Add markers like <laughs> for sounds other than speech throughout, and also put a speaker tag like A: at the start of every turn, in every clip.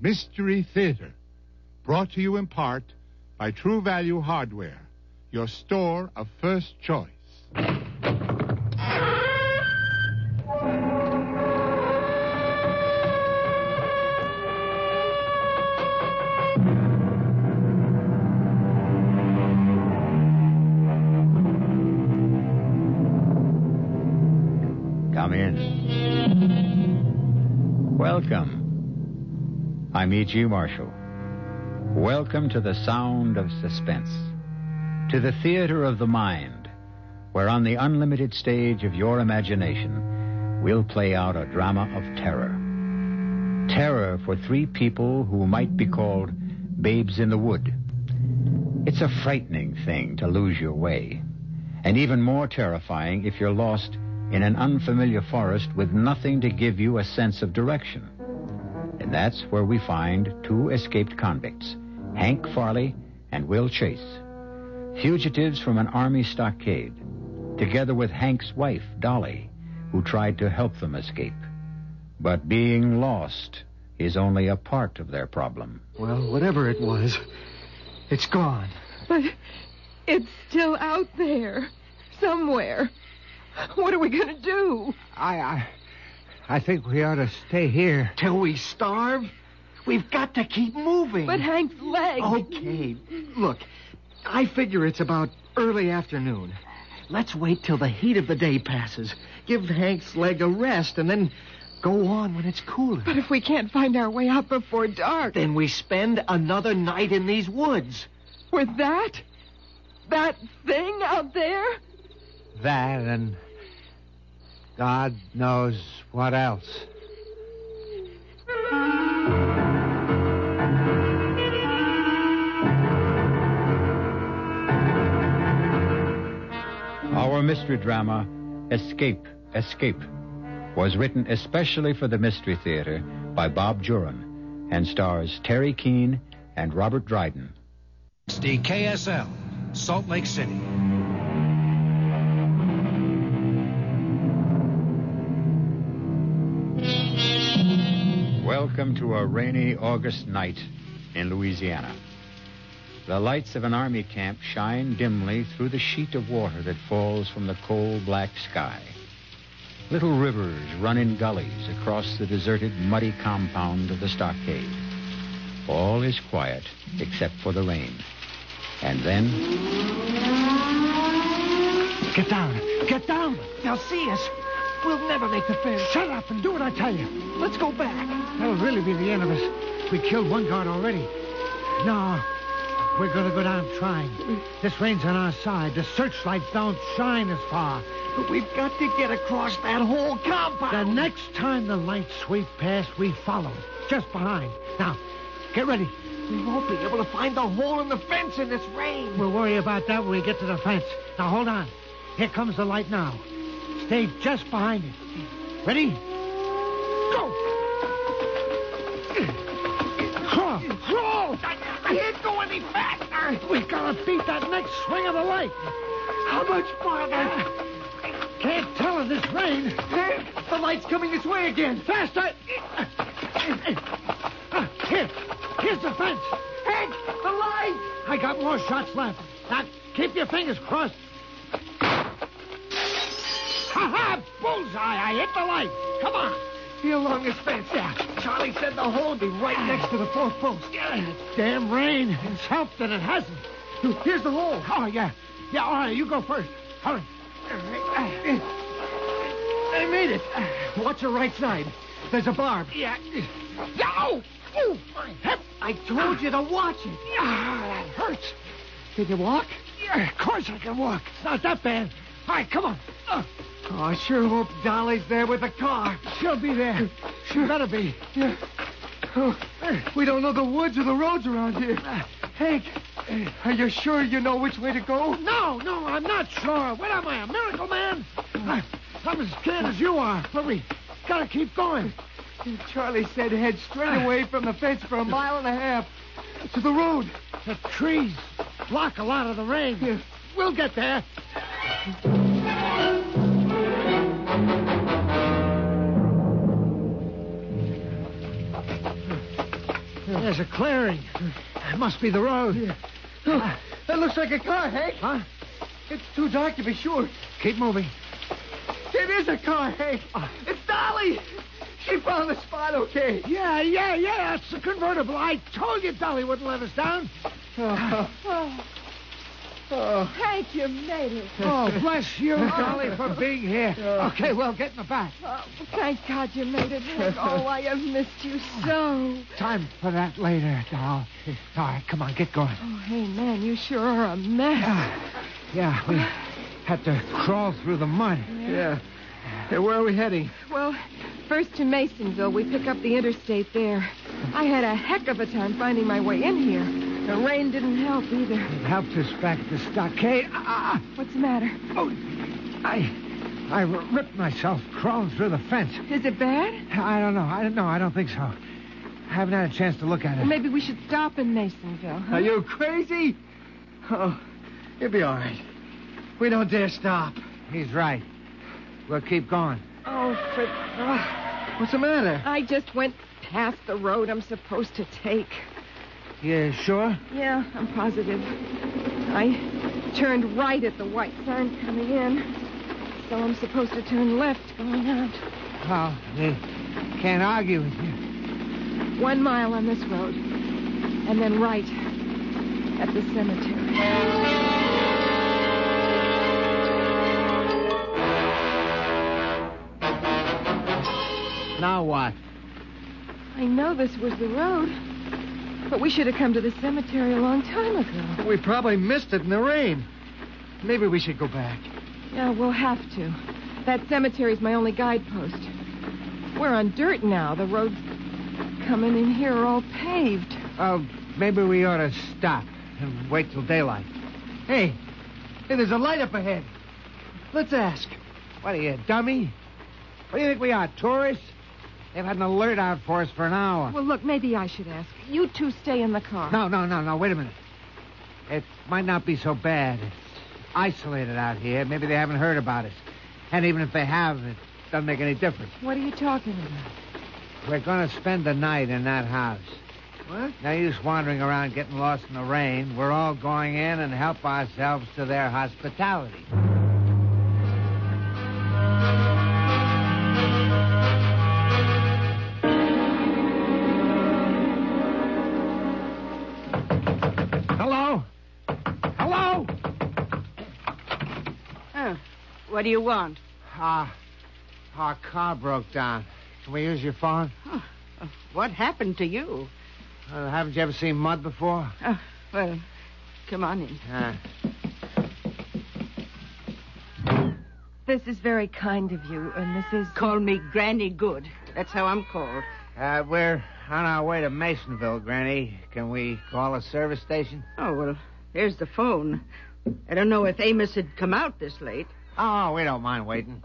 A: Mystery Theater, brought to you in part by True Value Hardware, your store of first choice.
B: Come in. Welcome. I'm E.G. Marshall. Welcome to the sound of suspense, to the theater of the mind, where on the unlimited stage of your imagination, we'll play out a drama of terror. Terror for three people who might be called babes in the wood. It's a frightening thing to lose your way, and even more terrifying if you're lost in an unfamiliar forest with nothing to give you a sense of direction. And that's where we find two escaped convicts, Hank Farley and Will Chase, fugitives from an army stockade, together with Hank's wife, Dolly, who tried to help them escape. But being lost is only a part of their problem.
C: Well, whatever it was, it's gone.
D: But it's still out there, somewhere. What are we going to do?
A: I, I, I think we ought to stay here.
C: Till we starve? We've got to keep moving.
D: But Hank's leg.
C: Okay, look, I figure it's about early afternoon. Let's wait till the heat of the day passes. Give Hank's leg a rest and then go on when it's cooler.
D: But if we can't find our way out before dark,
C: Then we spend another night in these woods.
D: with that, that thing out there,
A: That and God knows what else.
B: Our mystery drama, Escape, Escape, was written especially for the Mystery Theater by Bob Joram and stars Terry Keane and Robert Dryden.
E: It's the KSL, Salt Lake City.
B: Welcome to a rainy August night in Louisiana. The lights of an army camp shine dimly through the sheet of water that falls from the coal black sky.
F: Little rivers run in gullies across the deserted, muddy compound of the stockade. All is quiet except for the rain. And then,
B: Get down. Get down. They'll see us. We'll never make the fair. Shut up and do what I tell you. Let's go back. That'll really be the end of us. We killed one guard already. No, we're going to go down trying. This rain's on our side. The searchlights don't shine as far. But we've got to get across that whole compound. The next time the lights sweep past, we follow it. Just behind. Now, get ready.
A: We won't be able to find the hole in the fence in this rain.
B: We'll worry about that when we get to the fence. Now, hold on. Here comes the light now. Stay just behind it. Ready? Go! Crawl! Crawl! I can't go any faster! We gotta beat that next swing of the light! How much farther? Can't tell in this rain. The light's coming this way again. Faster! Here, here's the fence. Hank, the light! I got more shots left. Now keep your fingers crossed. Ha ha! Bullseye! I hit the light. Come on. Be along this fence. Yeah. Charlie said the hole would be right next to the fourth post. Yeah. Damn rain. It's helped that it hasn't. Here's the hole. Oh, yeah. Yeah, all right. You go first. Hurry.
A: I made it. Watch your right side. There's a barb. Yeah. Oh! Oh, my hip! I told you to watch it. Ah, that hurts. Can you walk? Yeah, of course I can walk. It's not that bad. All right, come on.
B: Oh, I sure hope Dolly's there with the car. She'll be there. She better be. Yeah.
A: Oh, We don't know the woods or the roads around here. Hank, are you sure you know which way to go?
B: No, no, I'm not sure. What am I, a miracle man?
A: Hmm.
B: I, I'm as scared as you are, but we gotta keep going.
A: Charlie said head straight away from the fence for a mile and a half to the road.
B: The trees block a lot of the rain. We'll get there. There's a clearing. It must be the road.
A: That looks like a car, Hank.
B: Huh?
A: It's too dark to be sure.
B: Keep moving. Ah.
A: It is a car, Hank. It's Dolly. She found the spot okay.
B: Yeah, yeah, yeah. It's a convertible. I told you Dolly wouldn't let us
A: <laughs>
B: down.
G: Oh. Hank, you made it.
B: Oh,
A: <laughs>
B: bless you, Dolly, for being here. Okay, well, get in the back.
G: Oh, thank God you made it, Hank. Oh, I have missed you so.
B: Time for that later, Doll. All right, come on, get going.
G: Oh, hey, man, you sure are a mess.
B: Yeah, we had to crawl through the mud.
A: Yeah. Hey, where are we heading?
G: Well, first to Masonville. We pick up the interstate there. I had a heck of a time finding my way in here. The rain didn't help either.
B: It helped us back the stockade. Ah,
G: What's the matter?
B: oh, I, I ripped myself crawling through the fence.
G: Is it bad?
B: I don't know. I don't know. I don't think so. I haven't had a chance to look at
G: Well,
B: it.
G: maybe we should stop in Masonville. Huh?
A: Are you crazy? Oh, you'll be all right. We don't dare stop.
B: He's right. We'll keep going.
G: Oh, for God.
A: What's the matter?
G: I just went past the road I'm supposed to take.
B: You sure?
G: Yeah, I'm positive. I turned right at the white sign coming in. So I'm supposed to turn left going out.
B: Well, they Hmm. can't argue with you.
G: One mile on this road. And then right at the cemetery.
F: now what?
G: I know this was the road. But we should have come to the cemetery a long time ago.
A: We probably missed it in the rain. Maybe we should go back.
G: Yeah, we'll have to. That cemetery's my only guidepost. We're on dirt now. The roads coming in here are all paved. Uh,
B: Well, maybe we ought to stop and wait till daylight. Hey, hey, there's a light up ahead. Let's ask. What are you, a dummy? What do you think we are, tourists? They've had an alert out for us for an hour.
G: Well, look, maybe I should ask. You two stay in the car.
B: No, no, no, no. Wait a minute. It might not be so bad. It's isolated out here. Maybe they haven't heard about us. And even if they have, it doesn't make any difference.
G: What are you talking about?
B: We're going to spend the night in that house.
A: What?
B: No use wandering around getting lost in the rain. We're all going in and help ourselves to their hospitality.
G: What do you want?
B: Ah, our car broke down. Can we use your phone?
G: What happened to you?
B: Uh, haven't you ever seen mud before?
G: Oh, well, come on in.
B: Uh,
G: This is very kind of you, uh, Mrs. Call me Granny Good. That's how I'm called.
B: uh, we're on our way to Masonville, Granny. Can we call a service station?
G: Oh, well, there's the phone. I don't know if Amos had come out this late.
B: Oh, we don't mind waiting.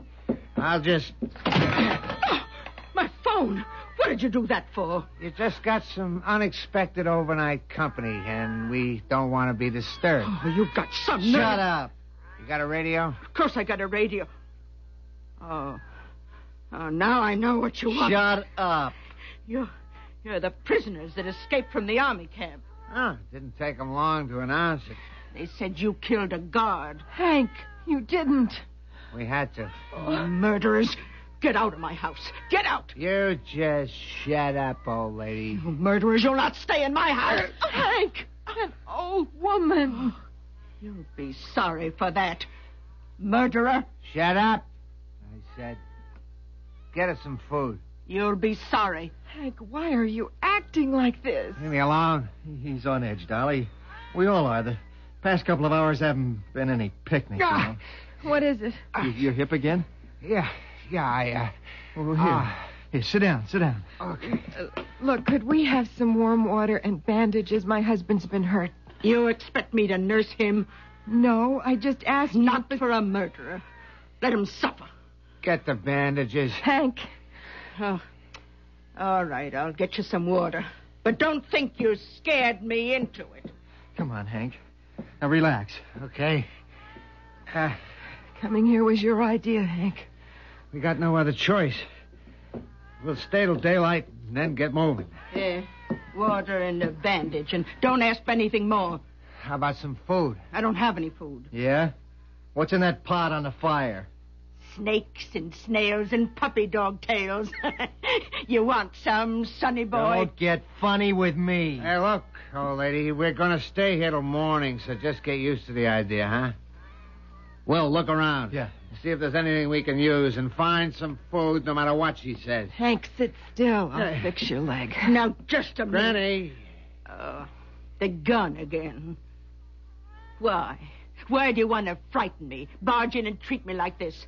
B: I'll just.
G: <coughs> My phone! What did you do that for?
B: You just got some unexpected overnight company, and we don't want to be disturbed.
G: Oh, you've got some
B: Shut
G: nerve.
B: up. You got a radio?
G: Of course I got a radio. Oh. Oh, now I know what you want.
B: Shut up.
G: You're, you're the prisoners that escaped from the army camp.
B: Ah, didn't take 'em long to announce it.
G: They said you killed a guard.
D: Hank, you didn't.
B: We had to.
G: Murderers, get out of my house. Get out.
B: You just shut up, old lady.
G: Murderers, you'll not stay in my house.
D: Uh,
G: Oh,
D: Hank, an old woman.
G: You'll be sorry for that. Murderer,
B: Shut up, I said. Get us some food.
G: you'll be sorry.
D: Hank, why are you acting like this?
B: Leave me alone.
H: He's on edge, Dolly. We all are. The past couple of hours haven't been any picnic. You know.
D: Ah, what is it?
H: You- You're hip again?
B: Yeah, yeah, I,
H: Well, here. Here, sit down, sit down.
B: uh, okay.
D: Look, could we have some warm water and bandages? My husband's been hurt.
G: You expect me to nurse him?
D: No, I just asked. you-
G: Not for a murderer. Let him suffer.
B: Get the bandages.
D: Hank,
G: Oh. All right, I'll get you some water. But don't think you scared me into it.
H: Come on, Hank. Now relax.
B: Okay. Uh,
D: coming here was your idea, Hank.
B: we got no other choice. We'll stay till daylight and then get moving.
G: Yeah, water and a bandage, and don't ask for anything more.
B: How about some food?
G: I don't have any food.
H: Yeah? What's in that pot on the fire?
G: Snakes and snails and puppy dog tails. <laughs> you want some, sonny boy?
H: Don't get funny with me.
B: Hey, look, old lady, we're going to stay here till morning, so just get used to the idea, huh? We'll look around.
H: Yeah.
B: See if there's anything we can use and find some food no matter what she says.
D: Hank, sit still. I'll
B: Uh,
D: fix your leg.
G: <laughs> Now, just a minute.
B: Granny,
G: Oh, the gun again. Why? Why do you want to frighten me, barge in and treat me like this?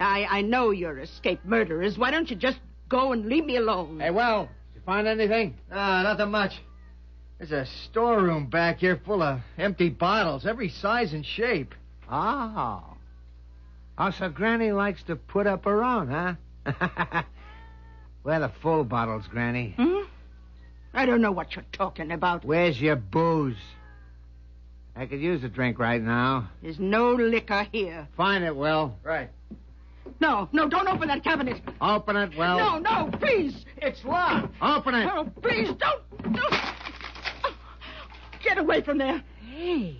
G: I, I know you're escaped murderers. Why don't you just go and leave me alone?
B: Hey, well, did you find anything?
H: Ah, nothing much. There's a storeroom back here full of empty bottles, every size and shape.
B: Oh. Oh, so Granny likes to put up her own, huh? <laughs> Where the full bottles, Granny?
G: Hmm? I don't know what you're talking about.
B: Where's your booze? I could use a drink right now.
G: There's no liquor here.
B: Find it, Will.
H: Right.
G: No, no, don't open that cabinet.
B: Open it, Will.
G: No, no, please. It's locked.
B: Open it.
G: Oh, please, don't, don't. Get away from there.
D: Hey,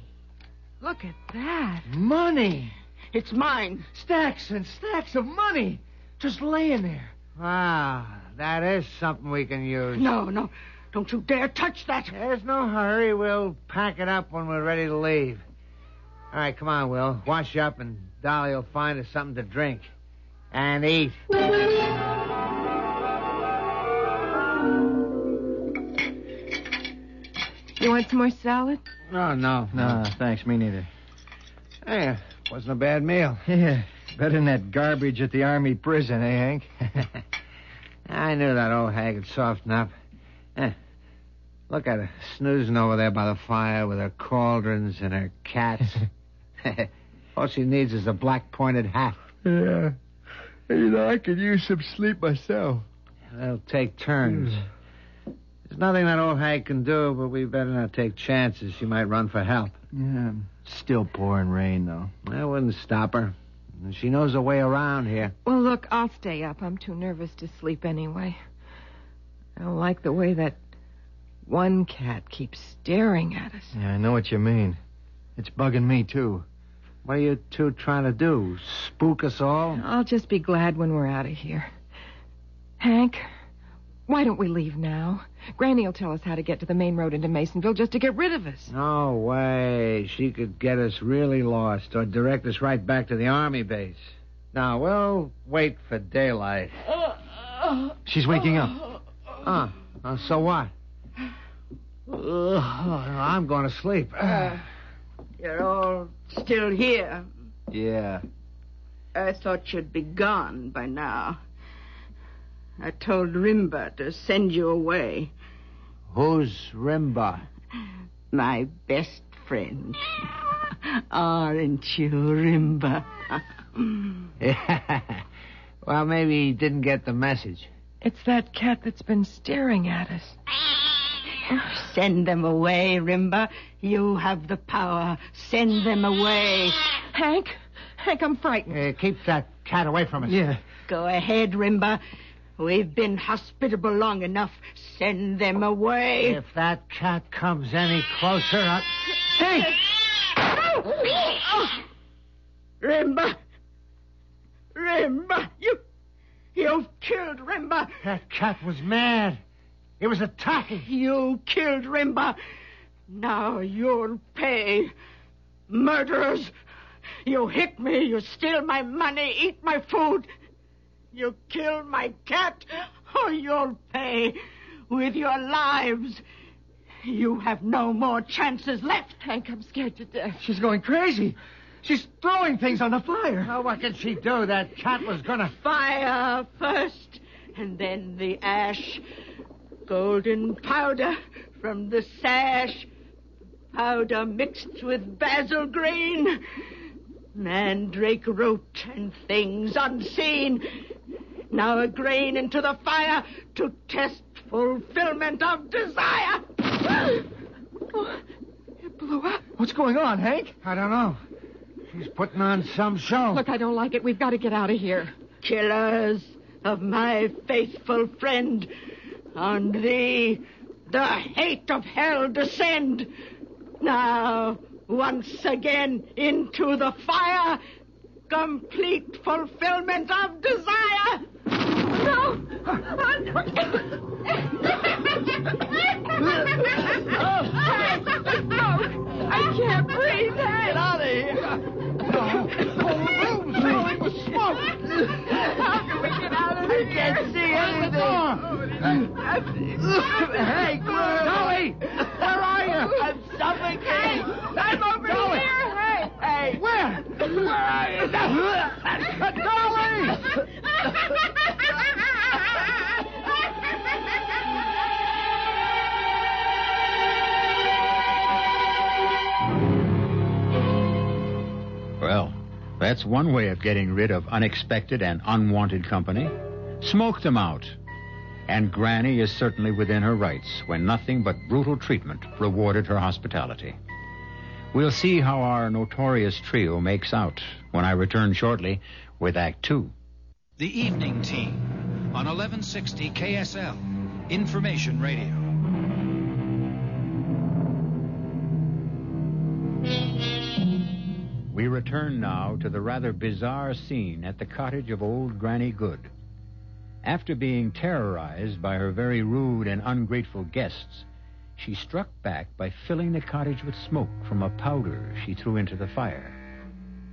D: look at that.
H: Money.
G: It's mine.
H: Stacks and stacks of money. Just laying there.
B: Wow, Ah, that is something we can use.
G: No, no. Don't you dare touch that.
B: There's no hurry. We'll pack it up when we're ready to leave. All right, come on, Will. Wash up, and Dolly will find us something to drink and eat.
D: You want some more salad?
B: No, no,
H: Oh, No, thanks, me neither.
B: Uh. Hey, wasn't a bad meal.
H: <laughs> Yeah, better than that garbage at the army prison, eh, Hank?
B: <laughs> I knew that old hag would soften up. Eh, Look at her snoozing over there by the fire with her cauldrons and her cats.
H: <laughs>
B: <laughs> All she needs is a black pointed hat.
H: yeah. You know, I could use some sleep myself.
B: They'll take turns. There's nothing that old hag can do, but we better not take chances. She might run for help.
H: Yeah, still pouring rain, though.
B: I wouldn't stop her. And She knows the way around here.
D: Well, look, I'll stay up. I'm too nervous to sleep anyway. I don't like the way that one cat keeps staring at us.
H: Yeah, I know what you mean. It's bugging me, too.
B: What are you two trying to do? Spook us all?
D: I'll just be glad when we're out of here. Hank, why don't we leave now? Granny will tell us how to get to the main road into Masonville just to get rid of us.
B: No way. She could get us really lost or direct us right back to the army base. Now, we'll wait for daylight. She's waking up. Ah, uh, so what? Ugh, I'm going to sleep.
G: Uh, you're all still here.
B: Yeah.
G: I thought you'd be gone by now. I told Rimba to send you away.
B: Who's Rimba? <laughs>
G: My best friend. <laughs> Aren't you, Rimba? <laughs>
B: well, maybe he didn't get the message.
I: It's that cat that's been staring at us.
G: Send them away, Rimba. You have the power. Send them away.
I: Hank? Hank, I'm frightened.
B: keep that cat away from us. Yeah.
G: Go ahead, Rimba. We've been hospitable long enough. Send them away.
B: If that cat comes any closer, I... Hey!
G: Rimba! Rimba! You. You killed Rimba!
B: That cat was mad. It was attacking.
G: You killed Rimba! Now you'll pay. Murderers! You hit me, you steal my money, eat my food. You kill my cat, or you'll pay with your lives. You have no more chances left.
I: Hank, I'm scared to death.
B: She's going crazy. She's throwing things on the fire. Oh, what can she do? That cat was gonna.
G: Fire first, and then the ash. Golden powder from the sash. Powder mixed with basil green. Mandrake root and things unseen. Now a grain into the fire to test fulfillment of desire. <gasps> Oh,
I: It blew up.
B: What's going on, Hank? I don't know. She's putting on some show.
I: Look, I don't like it. We've got to get out of here.
G: Killers of my faithful friend, on thee the hate of hell descend. Now, once again into the fire, complete fulfillment of desire. No!
I: I can't breathe, Hank.
B: out of here.
I: How can we get out of
G: I
I: here?
G: can't see anything.
B: Hey, Dolly! Where are you?
G: I'm suffocating. I'm over
B: Dolly.
G: here. Hey, hey.
B: Where? Where are you? Dolly!
A: Well, that's one way of getting rid of unexpected and unwanted company. Smoke them out. And Granny is certainly within her rights when nothing but brutal treatment rewarded her hospitality. We'll see how our notorious trio makes out when I return shortly with Act Two.
J: The Evening Team on 1160 KSL, Information Radio.
A: We return now to the rather bizarre scene at the cottage of old Granny Good. After being terrorized by her very rude and ungrateful guests, she struck back by filling the cottage with smoke from a powder she threw into the fire.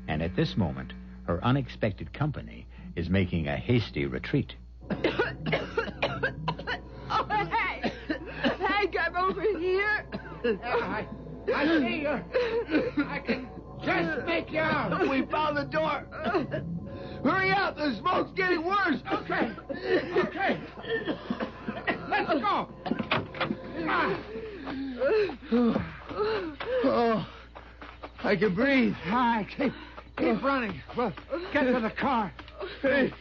A: And at this moment, her unexpected company is making a hasty retreat.
I: Oh, Hank. Hank, I'm over here.
B: I, I see you. I can just make you out. <laughs> We found the door. Hurry up. The smoke's getting worse. Okay. Okay. Let's go. Ah. Oh, I can breathe. Hi, keep, keep running. Well, get to the car. Hey.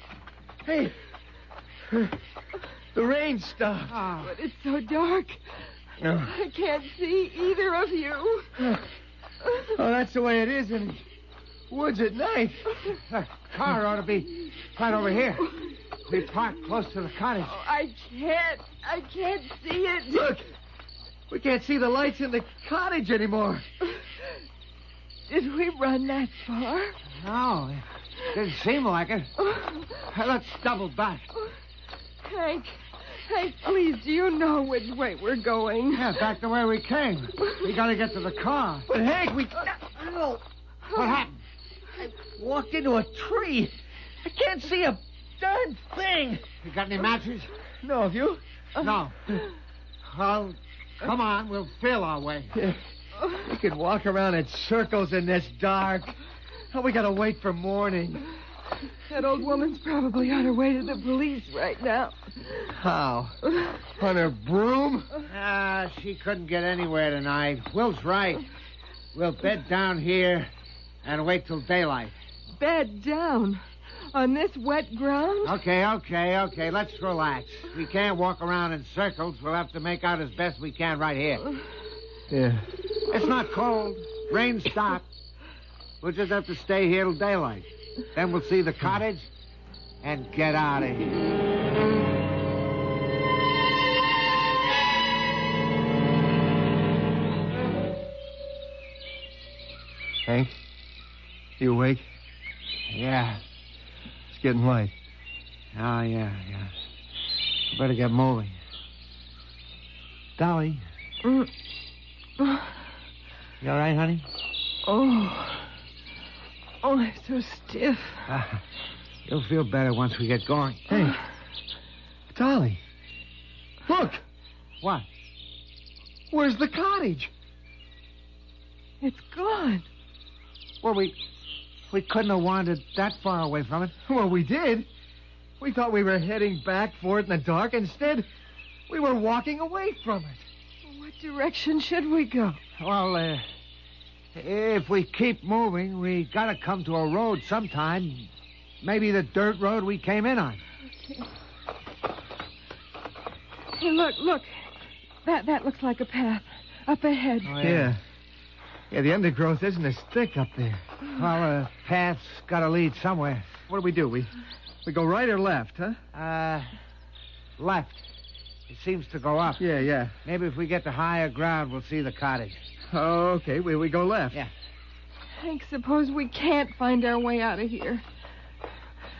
B: Hey. The rain stopped.
I: But it's so dark.
B: No.
I: I can't see either of you.
B: Oh, that's the way it is in the woods at night. The car ought to be right over here. We parked close to the cottage.
I: I can't. I can't see it.
B: Look, we can't see the lights in the cottage anymore.
I: Did we run that far?
B: No, it didn't seem like it. Hey, Let's double back.
I: Hank, Hank, please, do you know which way we're going?
B: Yeah, back the way we came. We got to get to the car. But Hank, we. What happened? I walked into a tree.
A: I can't see a darn thing.
B: You got any matches?
A: No, have you?
B: No. Well, come on, we'll feel our way.
A: We could walk around in circles in this dark. Oh, we gotta wait for morning.
G: That old woman's probably on her way to the police right now.
A: How? On her broom?
B: Ah, she couldn't get anywhere tonight. Will's right. We'll bed down here and wait till daylight.
G: Bed down on this wet ground?
B: Okay, okay, okay. Let's relax. We can't walk around in circles. We'll have to make out as best we can right here.
A: Yeah.
B: It's not cold. Rain stopped. We'll just have to stay here till daylight. Then we'll see the cottage and get out of here.
A: Hank? You awake?
B: Yeah.
A: It's getting light.
B: Oh, yeah, yeah. Better get moving.
A: Dolly,
G: Mm.
B: You all right, honey?
G: Oh. Oh, I'm so stiff.
B: Ah, you'll feel better once we get going. Hey.
A: Dolly. Look!
B: What?
A: Where's the cottage?
G: It's gone.
B: Well, we we couldn't have wandered that far away from it.
A: Well, we did. We thought we were heading back for it in the dark. Instead, we were walking away from it.
G: What direction should we go?
B: Well, uh, if we keep moving, we gotta come to a road sometime. Maybe the dirt road we came in on.
G: Hey, look, look. That that looks like a path up ahead.
A: Oh, yeah. Yeah, the undergrowth isn't as thick up there.
B: Well, uh, path's gotta lead somewhere.
A: What do we do? We we go right or left, huh?
B: Uh, left. It seems to go up.
A: Yeah, yeah.
B: Maybe if we get to higher ground, we'll see the cottage.
A: Okay, we, we go left.
B: Yeah.
G: Hank, suppose we can't find our way out of here.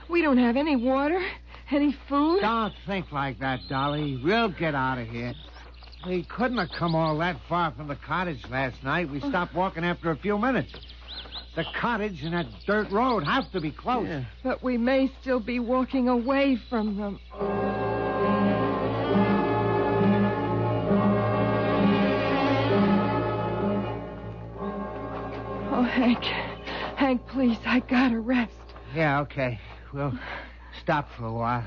G: We don't have any water, any food.
B: Don't think like that, Dolly. We'll get out of here. We couldn't have come all that far from the cottage last night. We stopped walking after a few minutes. The cottage and that dirt road have to be close.
A: Yeah.
G: But we may still be walking away from them. Oh, Hank. Hank, please, I gotta rest.
B: Yeah, okay. We'll stop for a while.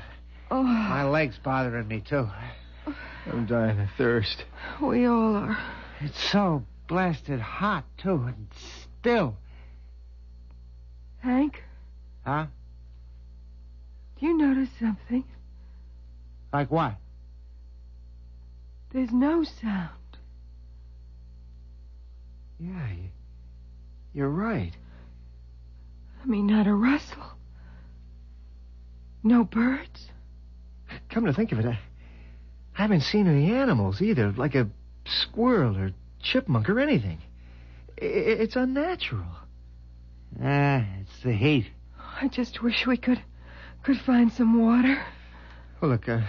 G: Oh,
B: My leg's bothering me, too.
A: I'm dying of thirst.
G: we all are.
B: It's so blasted hot, too, and still.
G: Hank,
B: Huh?
G: do you notice something?
B: Like what?
G: There's no sound.
A: Yeah, you, you're right.
G: I mean, not a rustle. No birds.
A: Come to think of it, I, I haven't seen any animals either, like a squirrel or chipmunk or anything. I- I- it's unnatural.
B: Ah, it's the heat.
G: I just wish we could could find some water.
A: Well, look, uh,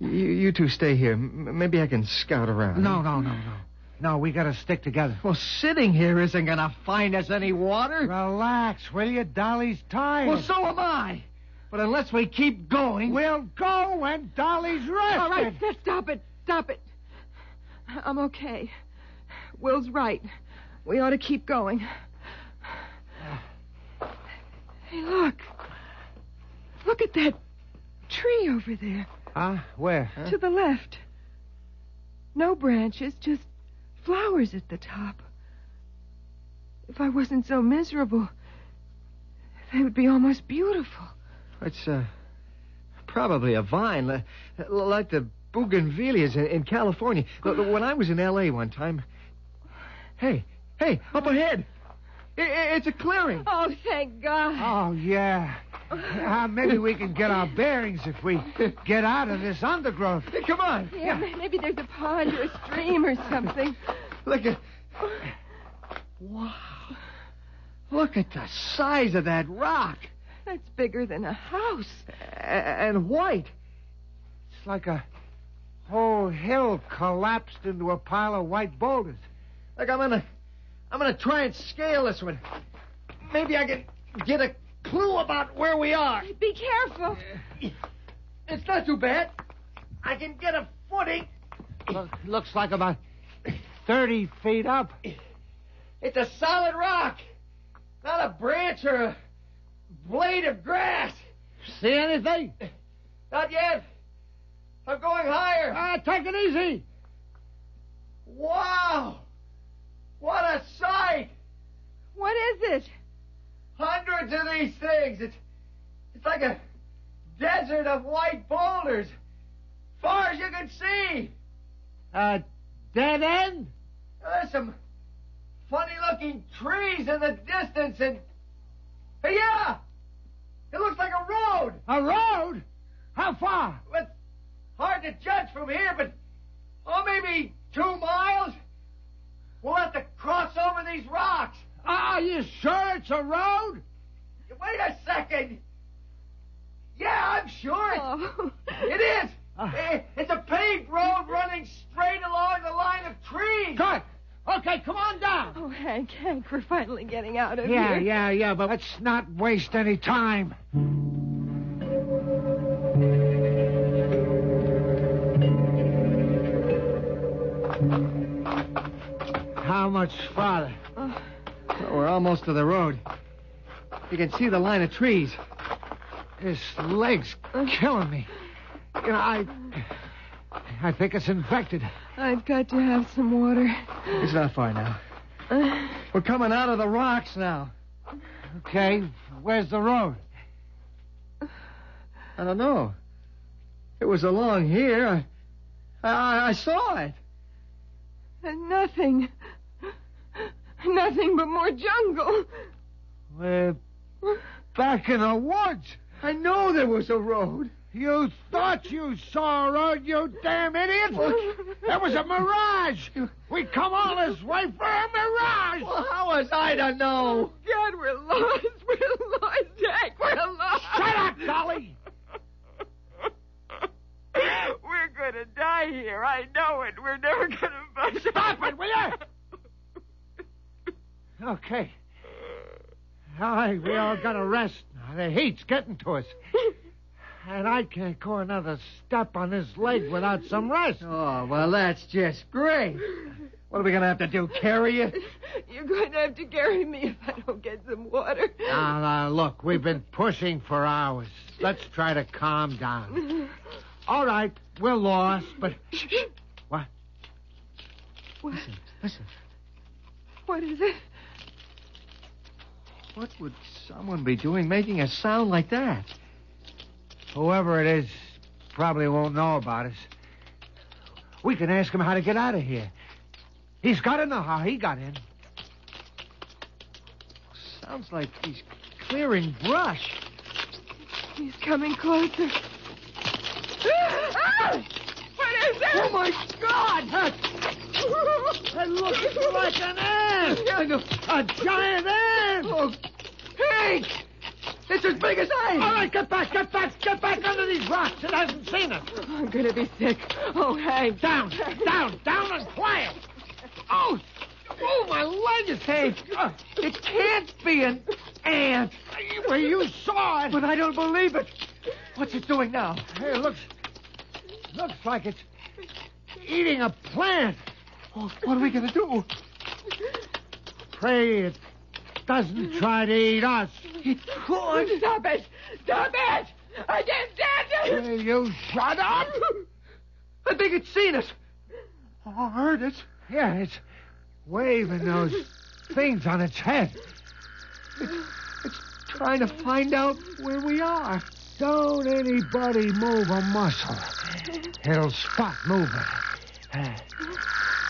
A: you, you two stay here. M- maybe I can scout around.
B: No, no, no, no. No, we gotta stick together.
A: Well, sitting here isn't going to find us any water.
B: Relax, will you? Dolly's tired.
A: Well, so am I. But unless we keep going.
B: We'll go when Dolly's rested.
G: All right, st- stop it. Stop it. I'm okay. Will's right. We ought to keep going. Hey, look. Look at that tree over there
B: Huh?
A: Ah,
B: Where?
G: to the left. No branches, just flowers at the top. If I wasn't so miserable, they would be almost beautiful.
A: It's uh, probably a vine, li- like the bougainvilleas in, in California. L- When I was in L.A. one time. Hey, hey, up ahead! I- I- it's a clearing.
G: Oh, thank God.
B: Oh, yeah. Uh, maybe we can get our bearings if we get out of this undergrowth.
A: Hey, come on!
G: Yeah, ma- maybe there's a pond or a stream or something.
A: Look at. Wow! Look at the size of that rock,
G: That's bigger than a house.
A: A- and white.
B: It's like a whole hill collapsed into a pile of white boulders.
A: Look, I'm gonna, I'm gonna try and scale this one. Maybe I can get a
H: clue about where we are.
D: Be careful.
H: It's not too bad. I can get a footing.
B: Look, looks like about 30 feet up.
H: It's a solid rock, not a branch or a blade of grass.
B: See anything?
H: Not yet. I'm going higher.
B: Ah, take it easy.
H: Wow! What a sight!
D: What is it?
H: Hundreds of these things. It's, it's like a desert of white boulders, far as you can see.
B: Uh, dead end?
H: There's Uh, some funny-looking trees in the distance, and hey, yeah, it looks like a road.
B: A road? How far?
H: It's hard to judge from here, but oh, maybe two miles. We'll have to cross over these rocks.
B: Are you sure it's a road?
H: Wait a second. Yeah, I'm sure it,
D: Oh.
H: it is. Eh, it's a paved road running straight along the line of trees.
B: Good. Okay, come on down.
D: <laughs> Oh, Hank, Hank, we're finally getting out of
B: Yeah,
D: here.
B: yeah, yeah, but let's not waste any time. How much farther?
D: Oh,
B: We're almost to the road. You can see the line of trees. This leg's killing me. You know, I. I think it's infected.
D: I've got to have some water.
B: It's not far now.
D: Uh,
B: We're coming out of the rocks now. Okay, where's the road? I don't know. It was along here. I, I, I saw it.
D: nothing. Nothing but more jungle.
B: We're back in the woods. I know there was a road. You thought you saw a road, you damn idiot. That was a mirage. We come all this way for a mirage.
H: Well, how was I to know?
D: God, we're lost. <laughs> We're lost, Hank. We're lost.
B: Shut up, Dolly.
D: <laughs> We're gonna die here. I know it. We're never gonna <laughs> find.
B: Stop it, will you? Okay. All right, we all got to rest. now. The heat's getting to
H: <laughs>
B: us. And I can't go another step on this leg without some rest.
H: Oh, well, that's just great. What are we going to have to do? Carry you?
D: You're going to have to carry me if I don't get some water.
B: Now, now, look, we've been pushing for hours. Let's try to
H: <laughs>
B: calm down. All right, we're lost, but. What?
D: What,
B: Listen,
D: what is it?
B: what would someone be doing making a sound like that? Whoever it is probably won't know about us. We can ask him how to get out of here. He's got to know how he got in. Sounds like he's clearing brush.
D: He's coming closer. Ah! What is it?
B: Oh, my God! That, that looks like an ant! A giant ant! Oh, Hank! It's as big as I All right, get back, get back, get back under these rocks. It hasn't seen us.
D: I'm going to be sick. Oh, Hank.
B: Down, down, down and quiet. Oh, oh, my leg is Hank. Uh, it can't be an ant. Well, you saw it. But I don't believe it. What's it doing now? It looks, looks like it's eating a plant. Oh, what are we going to do? Pray it doesn't try to eat us. It could.
D: Stop it! Stop it! I can't stand it!
B: Will you shut up? I think it's seen us. Or Oh, heard us. Yeah, it's waving those things on its head. It's- It's trying to find out where we are. Don't anybody move a muscle. It'll spot movement. Uh,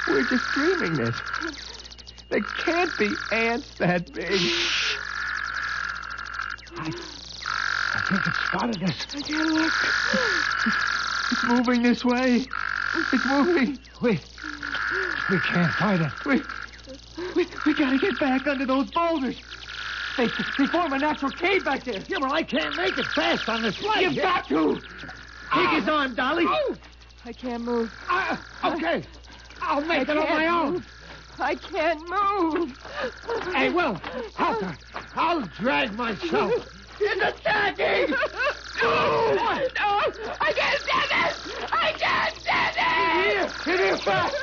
H: We're just dreaming this. There can't be ants that big.
B: I think it spotted us.
D: I can't look.
B: It's moving this way. It's moving. We, we can't fight it. We, we, we gotta get back under those boulders. They, they form a natural cave back there. Yeah, but I can't make it fast on this ledge. You've got to. Take his arm, Dolly. Oh,
D: I can't move.
B: okay. I'll make
D: I
B: it on
D: can't
B: my own.
D: move. I can't move.
B: Hey, Will, help her. I'll drag myself.
H: It's <laughs> attacking! No! No! I can't stand this! I can't stand this! Here, here, fast!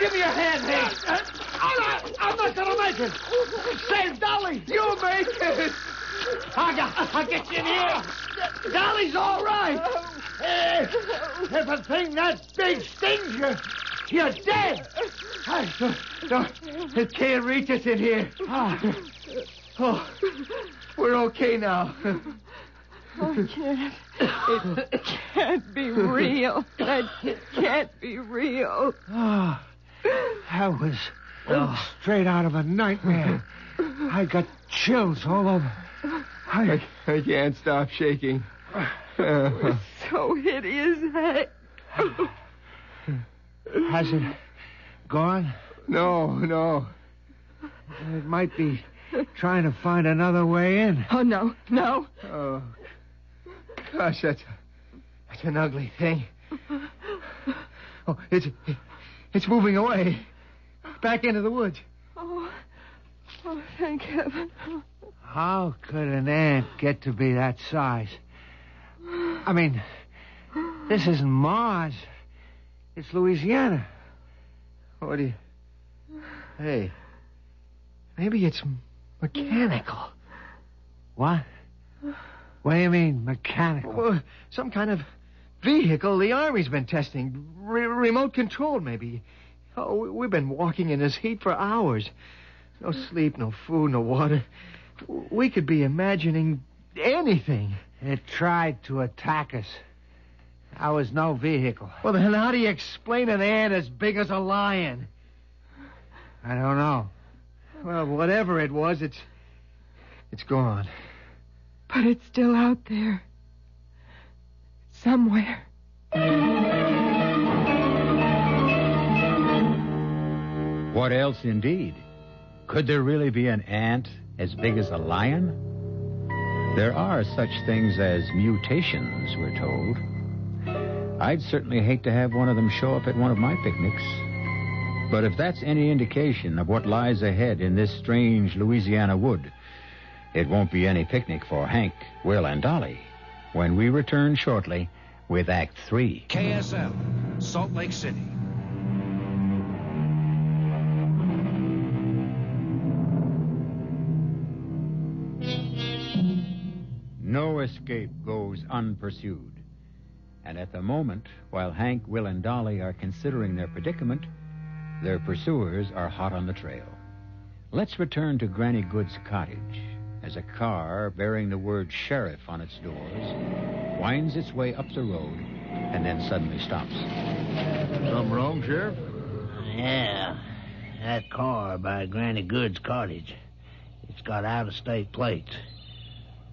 H: Give me your hand, Hank. I'm not, I'm not gonna make it. Save Dolly. You'll make it. I got, I'll get you in here. Dolly's all right. Eh, If a thing that big stings you, you're dead. I, no, no, it can't reach us in here. Ah. Oh, we're okay now.
D: I can't. It can't be real. That can't be real.
B: Ah, that was straight out of a nightmare. I got chills all over. I,
K: I can't stop
B: <laughs>
K: shaking.
D: So hideous, Hank.
B: Has it gone?
K: No, no.
B: It might be trying to find another way in.
D: Oh, no, no.
K: Oh, gosh, that's, that's an ugly thing. Oh, it's, it's moving away. Back into the woods.
D: Oh, oh thank heaven.
B: How could an ant get to be that size? I mean, this isn't Mars. It's Louisiana.
K: What do you. Hey, maybe it's mechanical.
B: What? What do you mean, mechanical?
K: Well, some kind of vehicle the Army's been testing. Re- remote controlled, maybe. Oh, we- we've been walking in this heat for hours. No sleep, no food, no water. We could be imagining anything.
B: It tried to attack us. I was no vehicle.
K: Well, then how do you explain an ant as big as a lion?
B: I don't know.
K: Well, whatever it was, it's. It's gone.
D: But it's still out there. Somewhere.
A: What else, indeed? Could there really be an ant as big as a lion? There are such things as mutations, we're told. I'd certainly hate to have one of them show up at one of my picnics. But if that's any indication of what lies ahead in this strange Louisiana wood, it won't be any picnic for Hank, Will, and Dolly when we return shortly with Act Three.
E: KSL, Salt Lake City.
A: No escape goes unpursued. And at the moment, while Hank, Will, and Dolly are considering their predicament, their pursuers are hot on the trail. Let's return to Granny Good's cottage as a car bearing the word sheriff on its doors winds its way up the road and then suddenly stops.
L: Something wrong, Sheriff?
M: Yeah. That car by Granny Good's cottage. It's got out of state plates.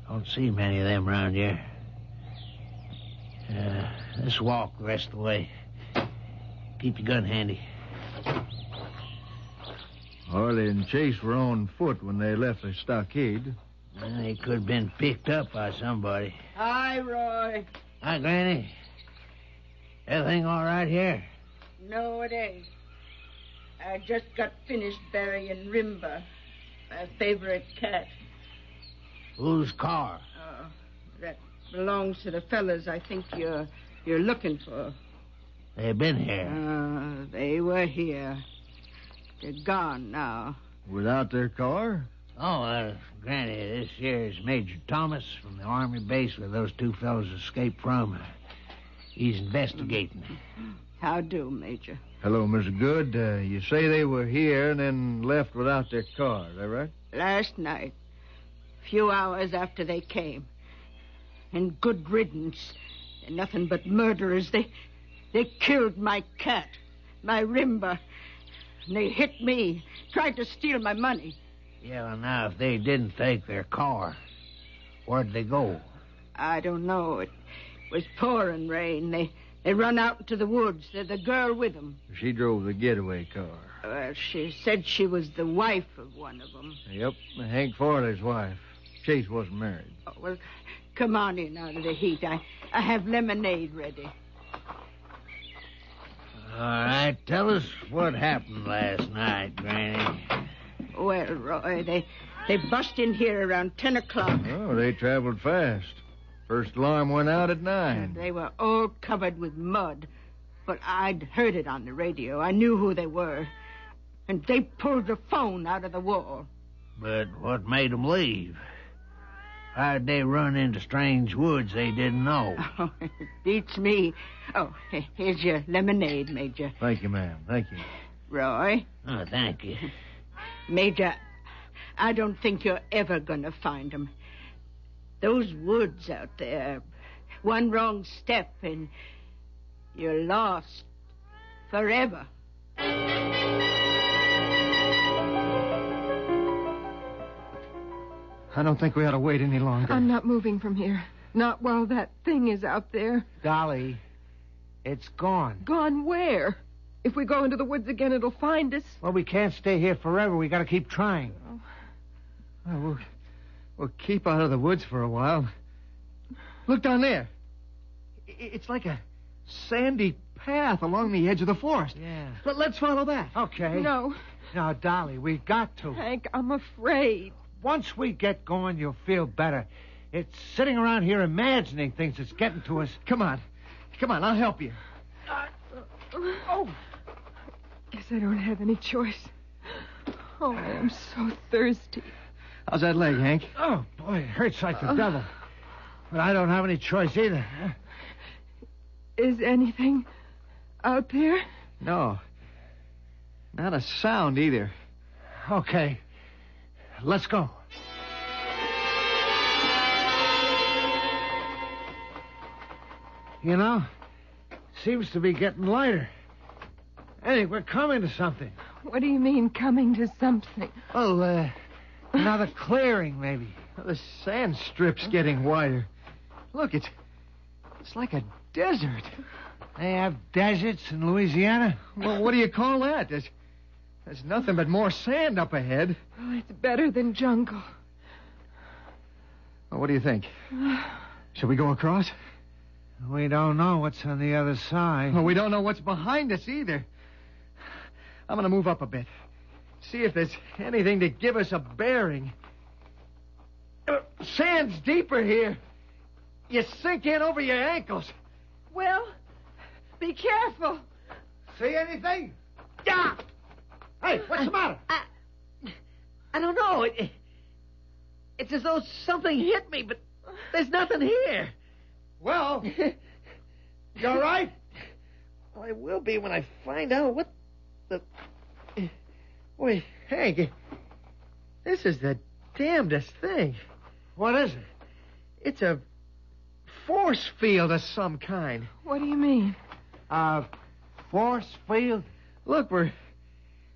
M: Don't see many of them around here. Uh, let's walk the rest of the way. Keep your gun handy.
L: Harley and Chase were on foot when they left the stockade.
M: Well, they could have been picked up by somebody.
G: Hi, Roy.
M: Hi, Granny. Everything all right here?
G: No, it ain't. I just got finished burying Rimba, my favorite cat.
M: Whose car?
G: Uh, that belongs to the fellas I think you're you're looking for.
M: They've been here.
G: Uh, they were here. They're gone now.
L: Without their car?
M: Oh, uh, Granny, this here is Major Thomas from the Army base where those two fellows escaped from. He's investigating.
G: How do, Major?
L: Hello, Mr. Good. Uh, you say they were here and then left without their car, is that right?
G: Last night, few hours after they came, and good riddance. They're nothing but murderers. They they killed my cat, my Rimba. And they hit me, tried to steal my money.
M: Yeah, well, now, if they didn't take their car, where'd they go?
G: I don't know. It was pouring rain. They they run out into the woods. There's a girl with them.
L: She drove the getaway car.
G: Well, she said she was the wife of one of them.
L: Yep, Hank Farley's wife. Chase wasn't married.
G: Oh, well, come on in out of the heat. I, I have lemonade ready.
M: All right, tell us what happened last night, Granny.
G: Well, Roy, they They bust in here around 10 o'clock.
N: Oh, they traveled fast. First alarm went out at
B: Mm.
N: nine.
G: They were all covered with mud, but I'd heard it on the radio. I knew who they were. And they pulled the phone out of the wall. <laughs>
O: But what made 'em leave? Why'd they run into strange woods they didn't know?
G: Oh, it beats me. Oh, he- here's your lemonade, Major.
N: <laughs> Thank you, ma'am. Thank you.
G: Roy.
O: Oh, thank you.
G: Major, I don't think you're ever going to find 'em. Those woods out there, one wrong step and you're lost forever.
B: I don't think we ought to wait any longer.
G: Um,
P: I'm not moving from here. Not while that thing is out there.
A: Dolly, it's gone.
P: Gone where? If we go into the woods again, it'll find us.
A: Well, we can't stay here forever. We got to keep trying.
B: Oh. Well, we'll, we'll keep out of the woods for a while. Look down there. I- It's like a sandy path along the edge of the forest.
A: Yeah.
B: Let, let's follow that.
A: Okay.
P: No,
A: Now, Dolly, we've got to.
P: Hank, I'm afraid.
A: Once we get going, you'll feel better. It's sitting around here imagining things that's getting to us.
B: Come on. Come on, I'll help you.
P: Oh. Guess I don't have any choice. Oh, I am so thirsty.
B: How's that leg, Hank? Oh.
A: Oh, boy, it hurts like the
P: Uh.
A: devil. But I don't have any choice either.
P: Is anything out there?
B: No. Not a sound either.
A: Okay. Let's go. You know, seems to be getting lighter. I think we're coming to something.
P: What do you mean coming to something?
A: Oh, uh, another clearing, maybe.
B: The sand strip's getting wider. Look, it's it's like a desert.
A: They have deserts in Louisiana.
B: Well, what do you call that? There's there's nothing but more sand up ahead.
P: Well, Oh, it's better than jungle.
B: Well, what do you think? Should we go across?
A: We don't know what's on the other side.
B: Well, we don't know what's behind us either. I'm going to move up a bit. See if there's anything to give us a bearing. Uh, Sand's deeper here. You sink in over your ankles.
P: Well, be careful.
B: See anything?
Q: Yeah.
B: Hey, what's the matter?
Q: I don't know. It, it- it's as though something hit me, but there's nothing here.
B: Well, you all right?
Q: <laughs> Well, I will be when I find out what.
B: Wait, Hank. This is the damnedest thing. What is it? It's a force field of some kind.
P: What do you mean?
B: A force field? Look, we're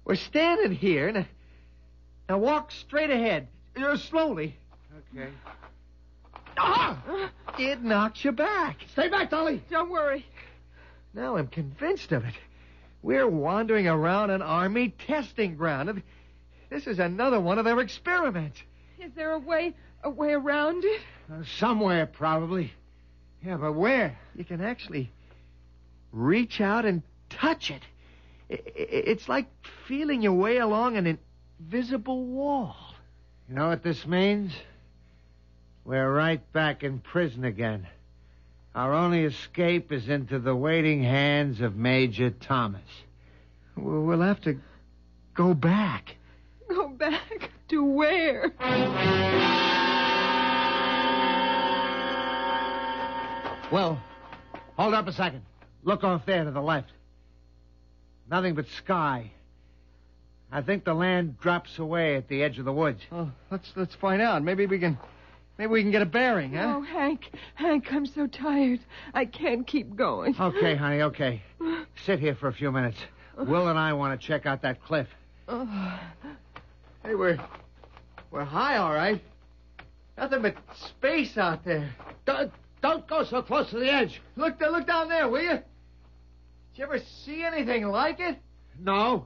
B: we're standing here. Now, now walk straight ahead. Uh, slowly.
A: Okay.
B: Ah! It knocks you back. Stay back, Dolly.
P: Don't worry.
B: Now I'm convinced of it. We're wandering around an army testing ground. This is another one of their experiments.
P: Is there a way a way around it?
A: Uh, somewhere, probably. Yeah, but where?
B: You can actually reach out and touch it. I- I- It's like feeling your way along an invisible wall.
A: You know what this means? We're right back in prison again. Our only escape is into the waiting hands of Major Thomas.
B: We'll we'll have to go back.
P: Go back to where?
A: Well, hold up a second. Look off there to the left. Nothing but sky. I think the land drops away at the edge of the woods.
B: Well, let's let's find out. Maybe we can maybe we can get a bearing, huh?
P: Oh, Hank, Hank, I'm so tired. I can't keep going.
A: Okay, honey, okay. Sit here for a few minutes. Will and I want to check out that cliff.
P: Oh,
B: Hey, we're we're high, all right. Nothing but space out there. Don't, don't go so close to the edge. Look there, look down there, will you? Did you ever see anything like it?
A: No.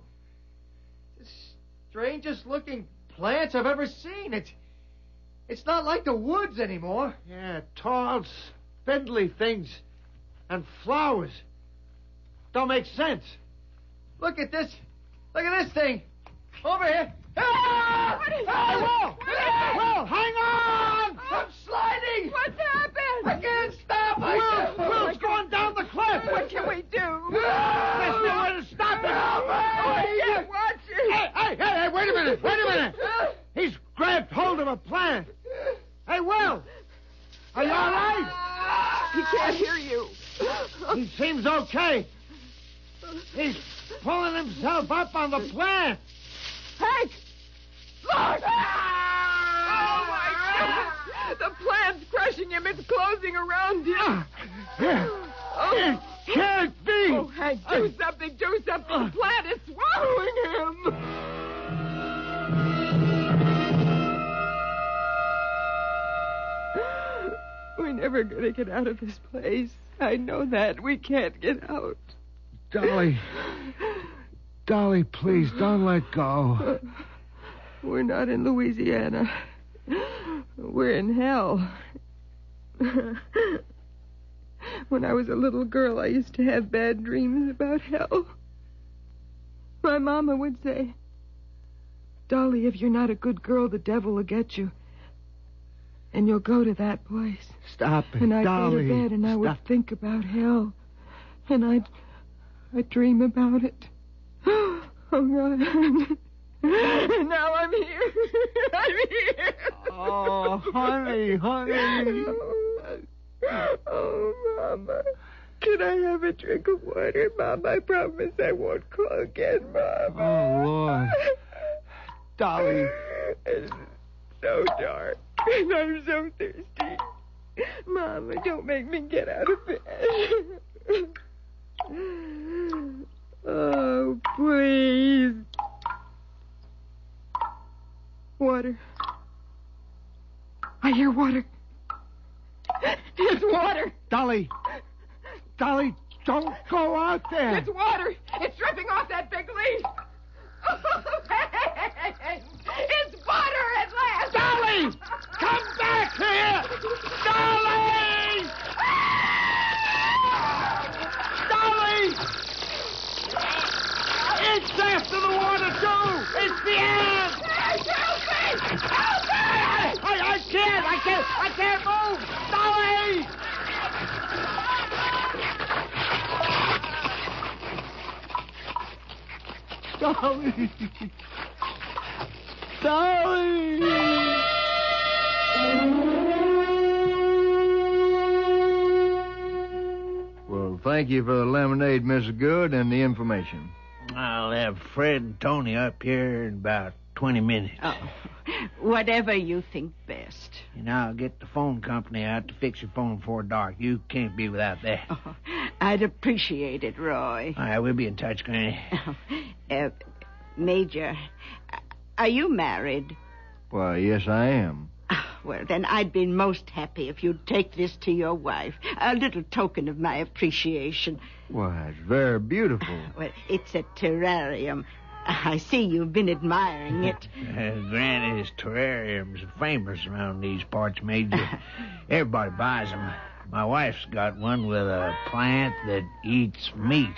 B: Strangest looking plants I've ever seen. It's it's not like the woods anymore.
A: Yeah, tall, spindly things and flowers. Don't make sense.
B: Look at this. Look at this thing. Over here.
R: Ah! Ah, whoa! Whoa, hang on! I'm sliding!
B: What's Oh! happened?
R: I can't stop! I
B: Will, Will's
R: going down the cliff!
B: What can we do? Ah!
R: There's no way to stop it!
B: Oh, Watch it. Ah!
S: Hey, hey, hey, hey, wait a minute, wait a minute. He's grabbed hold of a plant. Hey, Will, are you all right?
B: Ah! He can't hear you.
S: He seems okay. He's pulling himself up on the plant.
B: Hank! Look! Oh, my God! The plant's crushing him. It's closing around him. Oh. It
S: Ah, can't be! Ah.
B: Oh, Hank, do something, do something. The plant is swallowing him. We're never going to get out of this place. I know that. We can't get out.
T: Dolly. Dolly, please don't let go.
B: We're not in Louisiana. We're in hell. when I was a little girl, I used to have bad dreams about hell. My mama would say, Dolly, if you're not a good girl, the devil will get you. And you'll go to that place.
T: Stop it,
B: and I'd
T: Dolly.
B: go to bed and I
T: Stop.
B: would think about hell. And I'd I'd dream about it. <gasps> Oh God. <laughs> now I'm here. <laughs> I'm here.
S: Oh, honey, honey.
B: Oh, Mama. Can I have a drink of water, Mama? I promise I won't call again, Mama.
S: Oh, Lord. Dolly.
B: It's so dark, and I'm so thirsty. Mama, don't make me get out of bed. <laughs> oh, please. Water. I hear water. It's water.
S: Dolly. Dolly, don't go out there.
B: It's water. It's dripping off that big leaf. <laughs> it's butter at last.
S: Dolly! Come back here! Dolly! Dolly! It's after the water, too! It's the end! Help me! Help me! I, I can't! I can't! I can't move! Dolly! Dolly! Dolly!
T: Well, thank you for the lemonade, Mrs. Good, and the information.
U: I'll have Fred and Tony up here in about 20 minutes.
V: Oh.
G: Whatever you think best. <laughs>
U: And I'll get the phone company out to fix your phone before dark. You can't be without
L: <laughs>
U: that. Uh,
G: I'd appreciate it, Roy.
U: All right, we'll be in touch, Granny.
G: Uh, Major, uh, are you married?
T: Why, yes, I am.
G: Well, then I'd be most happy if you'd take this to your wife. A little token of my appreciation.
T: Why, it's very beautiful.
G: Well, it's a terrarium. I see you've been admiring it.
U: Uh, Granny's terrarium's famous around these parts, Major. Everybody buys them. My wife's got one with a plant that eats meat.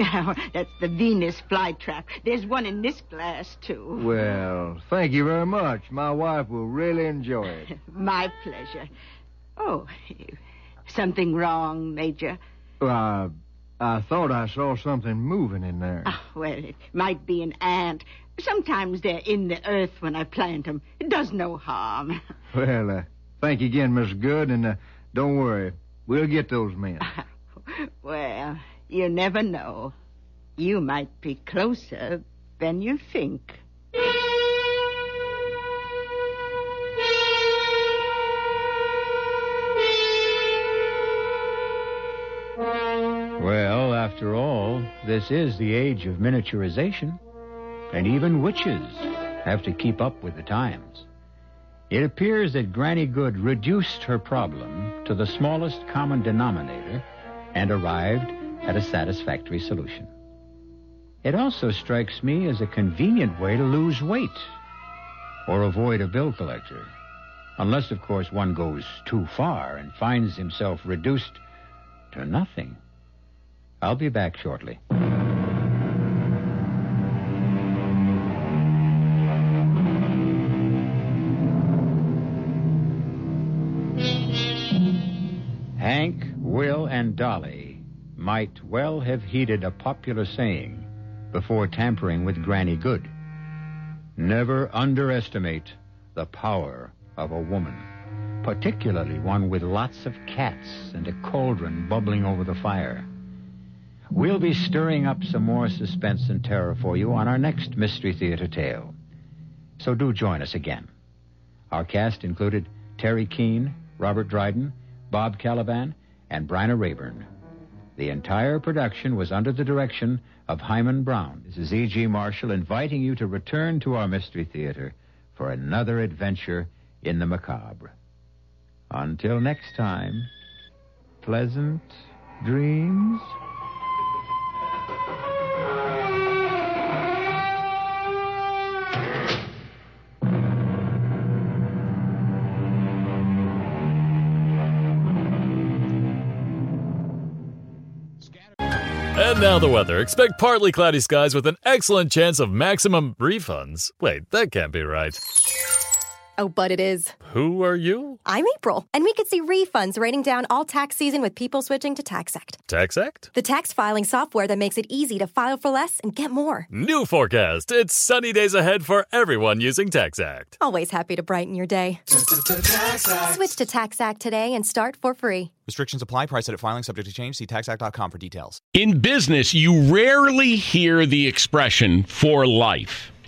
G: Oh, That's the Venus flytrap. There's one in this glass, too.
T: Well, thank you very much. My wife will really enjoy
V: <laughs>
T: it.
G: My pleasure. Oh, something wrong, Major?
T: Well, I, I thought I saw something moving in there.
V: Ah.
G: Well, it might be an ant. Sometimes they're in the earth when I plant 'em. It does no harm. <laughs>
T: Well, uh, thank you again, Miss Good, and uh, don't worry. We'll get those men.
G: Well, you never know. You might be closer than you think.
A: Well, after all, this is the age of miniaturization, and even witches have to keep up with the times. It appears that Granny Good reduced her problem to the smallest common denominator and arrived at a satisfactory solution. It also strikes me as a convenient way to lose weight or avoid a bill collector. Unless, of course, one goes too far and finds himself reduced to nothing. I'll be back shortly. and Dolly might well have heeded a popular saying before tampering with Granny Good never underestimate the power of a woman, particularly one with lots of cats and a cauldron bubbling over the fire. We'll be stirring up some more suspense and terror for you on our next Mystery Theater tale. So do join us again. Our cast included Terry Keane, Robert Dryden, Bob Caliban, and Bryna Rayburn. The entire production was under the direction of Hyman Brown. This is E.G. Marshall inviting you to return to our Mystery Theater for another adventure in the macabre. Until next time, pleasant dreams.
W: And now the weather. Expect partly cloudy skies with an excellent chance of maximum refunds. Wait, that can't be right.
V: Oh, but it is.
W: Who are you?
V: I'm April, and we could see refunds raining down all tax season with people switching to TaxAct,
W: Tax Act?
V: the tax filing software that makes it easy to file for less and get more.
W: New forecast. It's sunny days ahead for everyone using Tax Act.
V: Always happy to brighten your day. Switch to TaxAct today and start for free.
X: Restrictions apply. Price at filing subject to change. See taxact.com for details.
Y: In business, you rarely hear the expression for life.